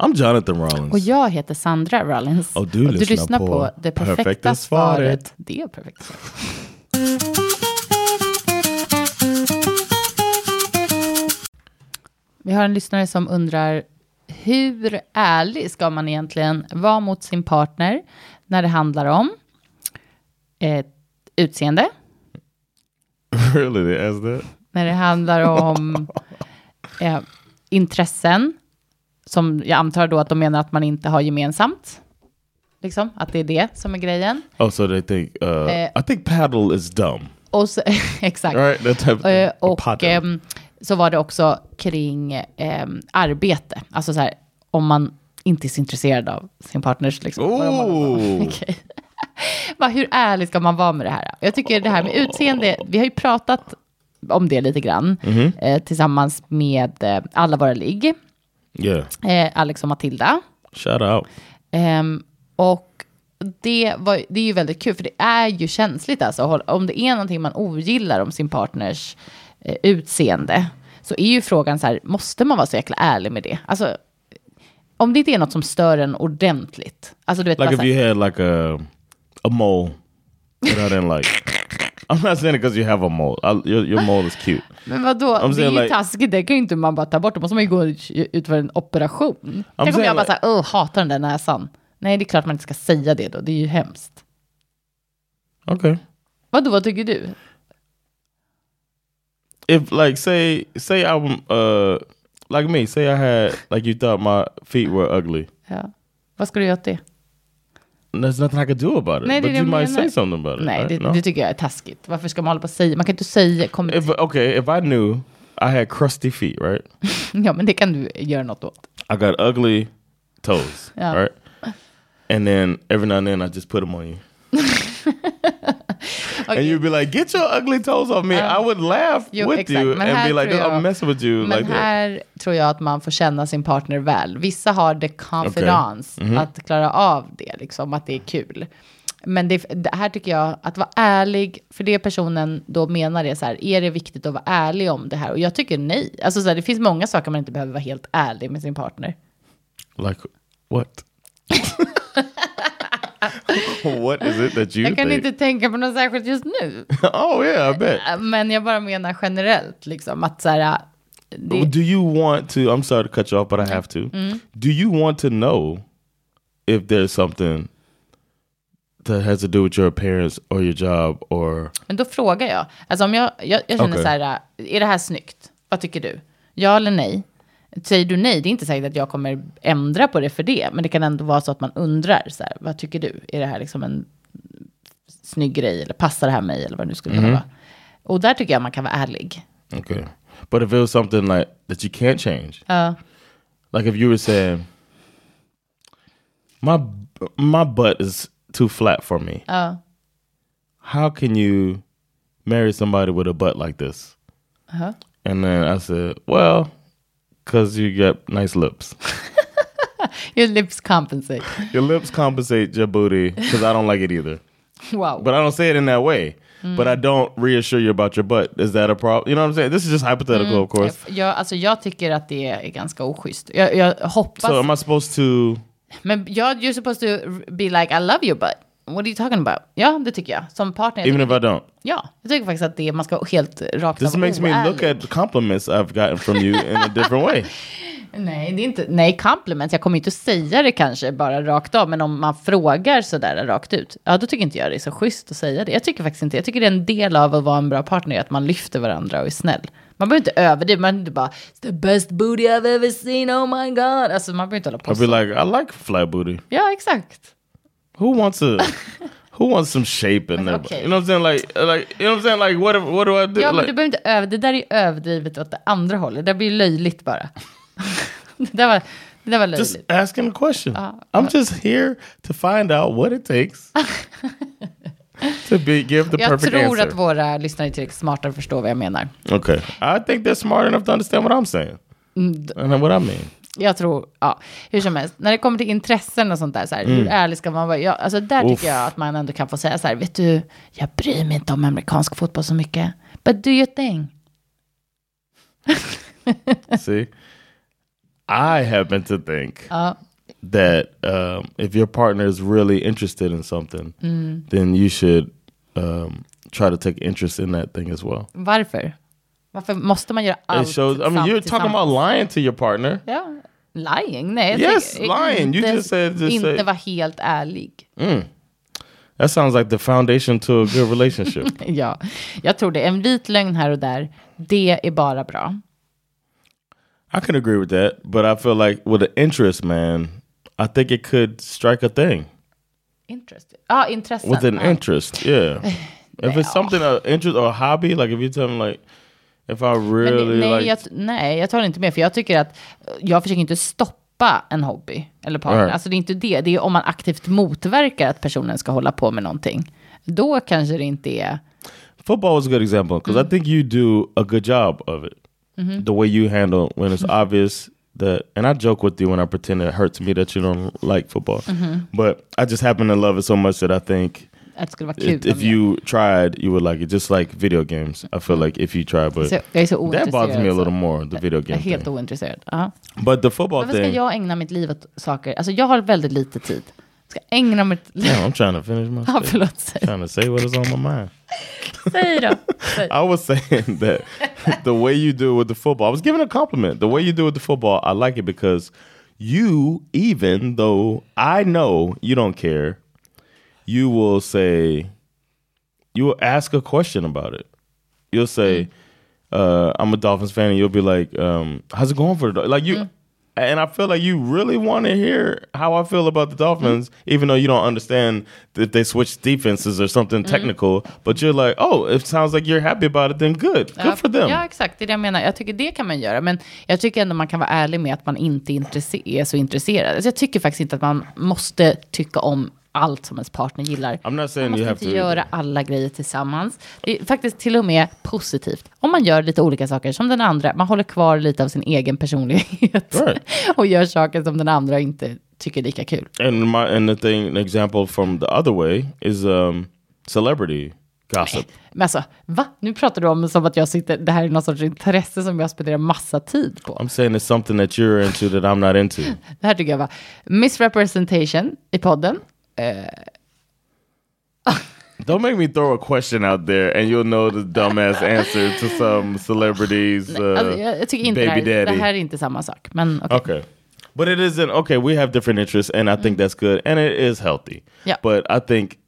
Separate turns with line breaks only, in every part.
I'm Jonathan Rollins.
Och jag heter Sandra Rollins.
Och du lyssnar på
Det perfekta,
Perfekta svaret.
svaret. Det är perfekta svaret. Vi har en lyssnare som undrar hur ärlig ska man egentligen vara mot sin partner när det handlar om eh, utseende,
Really, they asked that?
när det handlar om eh, intressen, som jag antar då att de menar att man inte har gemensamt. Liksom, att det är det som är grejen.
Oh, so they think, uh,
Eh.
I think paddle is dumb.
Och så, exakt.
All right, that type of thing.
Eh, Och
Paddle.
ehm, så var det också kring ehm, arbete. Alltså så här, om man inte är så intresserad av sin partners... Liksom, Vad de håller på med.
Oh.
Okej. Bara, hur ärlig ska man vara med det här? Jag tycker det här med utseende, vi har ju pratat om det lite grann eh, tillsammans med eh, alla våra ligg,
yeah,
eh, Alex och Matilda.
shout out.
Ehm, och det, var, det är ju väldigt kul, för det är ju känsligt alltså. Håll- Om det är någonting man ogillar om sin partners eh, utseende, så är ju frågan så här, måste man vara så jäkla ärlig med det? Alltså, om det inte är något som stör en ordentligt. Alltså, du vet,
Like
bara så
if
här,
you had like a a mole that I didn't like. I'm not saying it because you have a mole. I, your, your mole is cute.
men vadå, det är
saying
ju
like-
taskigt, det kan ju inte man bara ta bort, då måste man ju gå ut för en operation. Tänk om
saying
jag bara
like-
så här, "Åh, hatar den där näsan. Nej, det är klart man inte ska säga det då, det är ju hemskt.
Okay.
Vadå, vad tycker du?
If like say say I'm uh like me say I had like you thought my feet were ugly.
Ja. Vad ska du göra åt det?
And There's nothing I could do about it.
Nej, det är
but
det
you
jag
might
menar.
say something about it.
Nej,
right?
det,
No?
det tycker jag är taskigt. Varför ska man hålla på och säga? Man kan inte säga, kommer,
If okay, if I knew I had crusty feet, right? Eh.
ja men det kan du göra något åt.
I got ugly toes,
Yeah.
right? And then every now and then I just put them on you. And you'd be like, "Get your ugly toes off me." I would laugh
Jo,
with
exakt.
Um, you
Men
and
här
be like,
tror jag-
"I'm messing with you."
Men
like that.
här tror jag att man får känna sin partner väl. Vissa har det confidence
Mhm.
att klara av det, liksom, att det är kul. Men det, det här tycker jag, att vara ärlig, för det personen då menar är så här, är det viktigt att vara ärlig om det här? Och jag tycker nej. Alltså så här, det finns många saker man inte behöver vara helt ärlig med sin partner.
Like what? what is it that you
Jag kan
think?
inte tänka på något särskilt just nu.
oh yeah, I bet.
Men jag bara menar generellt, liksom att så här... Det,
Do you want to? I'm sorry to cut you off, but I have to. Do you want to know if there's something that has to do with your appearance or your job or?
men då frågar jag. Alltså om jag, jag, jag känner
Okej.
så här, är det här snyggt? Vad tycker du? Ja eller nej? Säger du nej, det är inte säkert att jag kommer ändra på det för det. Men det kan ändå vara så att man undrar, så här, vad tycker du? Är det här liksom en snygg grej? Eller passar det här mig? Eller vad det nu skulle kunna vara. Och där tycker jag man kan vara ärlig.
Okay, but if it was something like that you can't change,
Ja.
like if you were saying, "My my butt is too flat for me,"
ja.
how can you marry somebody with a butt like this?
Uh-huh.
And then I said, well, because you got nice lips.
Your lips compensate.
your lips compensate your booty because I don't like it either.
Wow.
But I don't say it in that way. But I don't reassure you about your butt. Is that a problem? You know what I'm saying? This is just hypothetical, of course.
jag, alltså jag tycker att det är ganska oschysst. Jag, jag hoppas...
So am I supposed to?
Men jag, you're supposed to be like I love you but what are you talking about? Ja, det tycker jag. Som partner. Jag
Even
tycker,
if I don't,
ja, jag tycker faktiskt att det, man ska vara helt rakt
this
av
makes me
oärlig.
look at compliments I've gotten from you in a different way.
Nej, det är inte... Nej, compliments. Jag kommer inte att säga det kanske bara rakt av. Men om man frågar sådär rakt ut. Ja, då tycker inte jag det är så schysst att säga det. Jag tycker faktiskt inte Jag tycker det är en del av att vara en bra partner. Att man lyfter varandra och är snäll. Man behöver inte överdriva. Man behöver inte bara the best booty I've ever seen. Oh my god. Alltså man behöver inte hålla på
I'll be
så.
like, I like flat booty.
Ja, exakt.
Who wants a? who wants some shape in their
Okay.
body? You know what I'm saying? Like, like, you know what I'm saying? Like, what, what do I do?
Ja, men
like,
du behöver inte över, det där är ju överdrivet åt det andra hållet. Det där blir ju löjligt bara. det, där var, det där var löjligt.
just asking a question. I'm just here to find out what it takes to be give the
jag
perfect
tror
answer.
att våra lyssnare är tillräckligt smarta för att förstå vad jag menar.
okay, I think they're smart enough to understand what I'm saying and what I mean.
Jag tror, ja, hur som helst. När det kommer till intressen och sånt där, så här, hur ärlig ska man vara? Jag, alltså där
Mm. Uff.
tycker jag att man ändå kan få säga så här, vet du, jag bryr mig inte om amerikansk fotboll så mycket. But do your thing.
See, I happen to think
Ja,
that um, if your partner is really interested in something, then you should um, try to take interest in that thing as well.
varför? Varför måste man göra allt
it shows. I mean, you're
samt-
talking about
tillsammans?
lying to your partner.
Ja, lying? Nej. jag
Yes,
tycker-
lying. You
Inte,
just said- just
inte
say-
vara helt ärlig.
That sounds like the foundation to a good relationship.
Ja, jag tror det. En vit lögn här och där, det är bara bra.
I can agree with that, but I feel like with an interest, man, I think it could strike a thing
Interest. Ja, intressen.
with an
ja.
interest. Yeah, if it's something of interest or a hobby, like if you tell me like, if I
Men
really
nej,
like,
jag, nej, jag tar inte med, för jag tycker att eh, jag försöker inte stoppa en hobby eller partner.
Nej.
Alltså det är inte det, det är om man aktivt motverkar att personen ska hålla på med någonting. Då kanske det inte är...
football was a good example because I think you do a good job of it. The way you handle when it's obvious that, and I joke with you when I pretend it hurts me that you don't like football, but I just happen to love it so much that I think
Att det skulle vara kul.
if, if
om jag-
you tried, you would like it. Just like video games, I feel like if you try, but
så, jag är så
that bothers
ointresserad.
me a
så.
little more the video
Jag är
game
helt
thing.
ointresserad. Ja.
But the football
Varför ska
thing,
jag ägna mitt liv åt saker? Alltså jag har väldigt lite tid. Ska jag ägna mitt liv...
damn, I'm trying to finish my.
Ja,
statement.
förlåt. Säg-
Trying to say what is on my mind.
Säg då. Säg.
I was saying that the way you do with the football, I was giving a compliment. The way you do with the football, I like it because you, even though I know you don't care, you will say, you will ask a question about it. You'll say, uh, "I'm a Dolphins fan," and you'll be like, um, "How's it going for the Dol-" like you?" And I feel like you really want to hear how I feel about the Dolphins, even though you don't understand that they switched defenses or something technical. But you're like, "Oh, it sounds like you're happy about it. Then good,
Ja,
good for them."
Ja, exakt. Det är det jag menar. Jag tycker det kan man göra. Men jag tycker ändå man kan vara ärlig med att man inte är intresse- är så intresserad. Alltså jag tycker faktiskt inte att man måste tycka om allt som ens partner gillar.
I'm not
Man
saying you
måste
have
inte
to.
göra alla grejer tillsammans. Det är faktiskt till och med positivt. Om man gör lite olika saker som den andra. Man håller kvar lite av sin egen personlighet.
Right.
Och gör saker som den andra inte tycker är lika kul.
And my and the thing, an example from the other way is um, celebrity gossip.
Men alltså, va? Nu pratar du om som att jag sitter, det här är någon sorts intresse som jag spenderar massa tid på.
I'm saying it's something that you're into that I'm not into.
Det här tycker jag var misrepresentation i podden.
Uh, Don't make me throw a question out there and you'll know the dumbass answer to some celebrities. Uh,
Alltså, jag, jag tycker inte
baby
det här, det
daddy.
här är inte samma sak. Men okej.
Okay. But it isn't okay. We have different interests, and I think that's good, and it is healthy.
Mm-hmm. Yeah.
But I think t-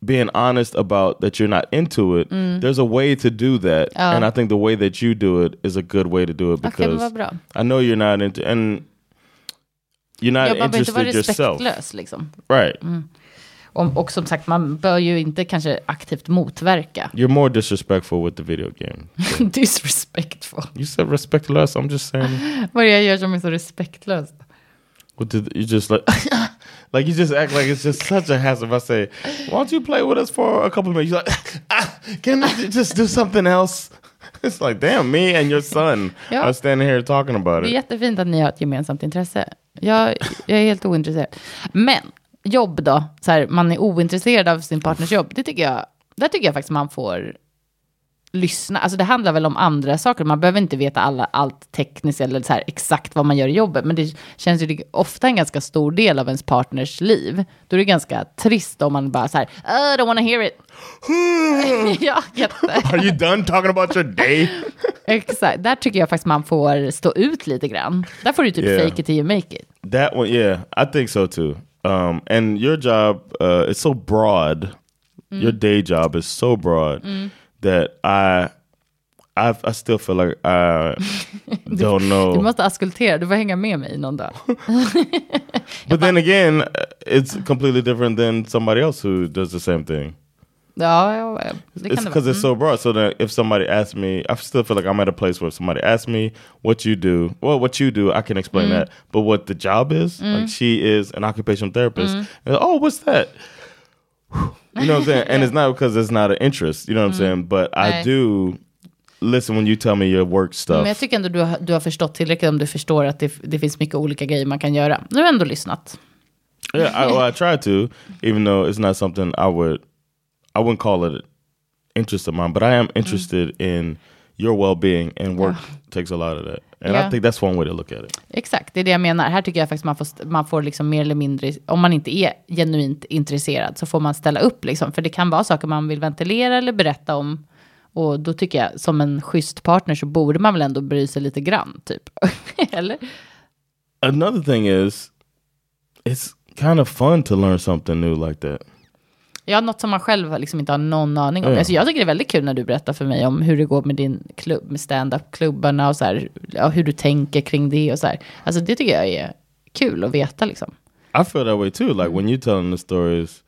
being honest about that you're not into it,
Mm.
there's a way to do that, and I think the way that you do it is a good way to do it
Oh. Okay, men
because
vad bra.
I know you're not into and you're not
jag behöver inte vara
interested yourself,
respektlös liksom.
right?
Mm. Och, och som sagt, man bör ju inte kanske aktivt motverka.
You're more disrespectful with the video game.
Disrespectful.
You said respectless. I'm just saying.
Vad är det jag gör som är så respektlöst?
What did you just like? like you just act like it's just such a hassle. If I say, "Why don't you play with us for a couple of minutes?" You're like, ah, "Can I just do something else?" It's like, damn, me and your son
Yeah.
are standing here talking about
Det är
it.
jättefint att ni har ett gemensamt intresse. Jag, jag är helt ointresserad. Men jobb då? Så här, man är ointresserad av sin partners jobb. Det tycker jag, där tycker jag faktiskt man får lyssna. Alltså det handlar väl om andra saker. Man behöver inte veta alla, allt tekniskt eller så här, exakt vad man gör i jobbet. Men det känns ju det är ofta en ganska stor del av ens partners liv. Då är det ganska trist om man bara så här, "Ah, I don't wanna hear it. ja, jätte.
Are you done talking about your day?
Exakt. Där tycker jag faktiskt man får stå ut lite grann. Där får du typ
Yeah.
fake it till you make it.
That one, yeah, I think so too. Um, and your job uh, is so broad. Your day job is so broad that I I, I still feel like I don't know.
Du måste askultera, du får hänga med mig någon dag.
But then again, uh, it's completely different than somebody else who does the same thing.
Ja, ja, ja,
It's
det kan det vara.
because it's so broad. So that if somebody asks me, I still feel like I'm at a place where if somebody asks me what you do, well, what you do, I can explain that. But what the job is, like she is an occupational therapist. And, oh, what's that? You know what I'm saying? And it's not because it's not an interest. You know what I'm saying? But I
Nej.
do listen when you tell me your work
Men jag
stuff.
tycker ändå du har, du har förstått tillräckligt om du förstår att det, det finns mycket olika grejer man kan göra. Nu har jag ändå lyssnat.
yeah, I, well, I try to, even though it's not something I would, I wouldn't call it an interest of mine. But I am interested in your well-being, and work takes a lot of that. And I
Yeah.
think that's one way to look at it.
Exakt, det är det jag menar. Här tycker jag faktiskt man får, st- man får liksom mer eller mindre, om man inte är genuint intresserad så får man ställa upp liksom. För det kan vara saker man vill ventilera eller berätta om. Och då tycker jag, som en schysst partner så borde man väl ändå bry sig lite grann, typ. eller?
Another thing is, it's kind of fun to learn something new like that.
Ja, något som man själv liksom inte har någon aning om.
Ja.
Alltså, jag tycker det är väldigt kul när du berättar för mig om hur det går med din klubb, med stand-up-klubbarna och så här, ja, hur du tänker kring det och så här. Alltså det tycker jag är kul att veta liksom.
I feel that way too. Like when you're telling the stories,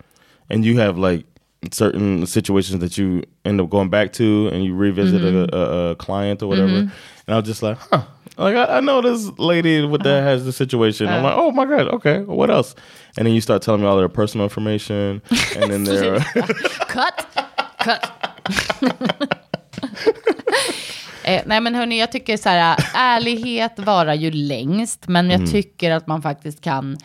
and you have like certain situations that you end up going back to, and you revisit a, a, a client or whatever, and I'm just like, huh. Like I, I know this lady with that has the situation. I'm like, oh my god, okay. What else? And then you start telling me all their personal information, and then their
Cut! Cut! eh, nej men hörni, jag tycker så här, ärlighet varar ju längst, men jag tycker att man faktiskt kan,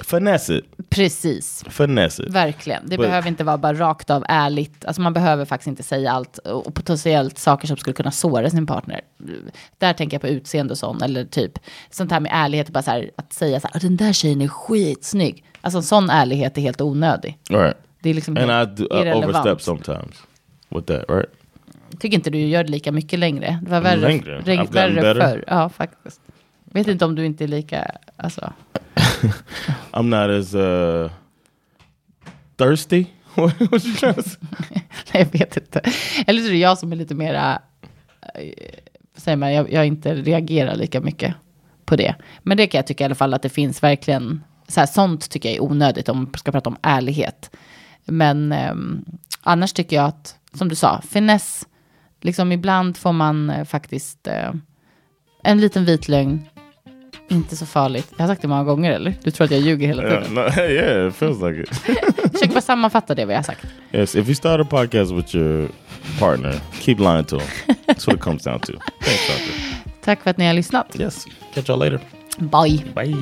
finesse it,
precis,
finesse it.
Verkligen. Det
But-
behöver inte vara bara rakt av ärligt. Alltså man behöver faktiskt inte säga allt. Och potentiellt saker som skulle kunna såra sin partner. Där tänker jag på utseende och sånt. Eller typ sånt här med ärlighet. Bara så här, att säga så här, "Ah, den där tjejen är skitsnygg. Alltså en sån ärlighet är helt onödig.
All right.
Det är liksom
And I,
helt
do, I
irrelevant.
overstep sometimes with that, right?
Tycker inte du gör det lika mycket längre. Det var värre,
Längre? I've
Reg,
gotten
värre
better.
förr. Ja, faktiskt. Vet inte om du inte är lika, alltså.
I'm not as uh, thirsty. what what you trying to say?
Nej, jag vet inte. Eller så är det jag som är lite mera, eh, vad säger man, jag, jag inte reagerar lika mycket på det. Men det kan jag tycka i alla fall att det finns verkligen, så här, sånt tycker jag är onödigt om man ska prata om ärlighet. Men ehm, annars tycker jag att, som du sa, finess, liksom ibland får man eh, faktiskt eh, en liten vit lögn, inte så farligt. Jag har sagt det många gånger eller? Du tror att jag ljuger hela
Yeah,
tiden.
no, yeah, it feels like it.
Försök bara sammanfatta det vad jag har sagt.
yes, if you start a podcast with your partner, keep lying to him. That's what it comes down to. Thanks, doctor.
Tack för att ni har lyssnat.
Yes, catch y'all later.
Bye.
Bye.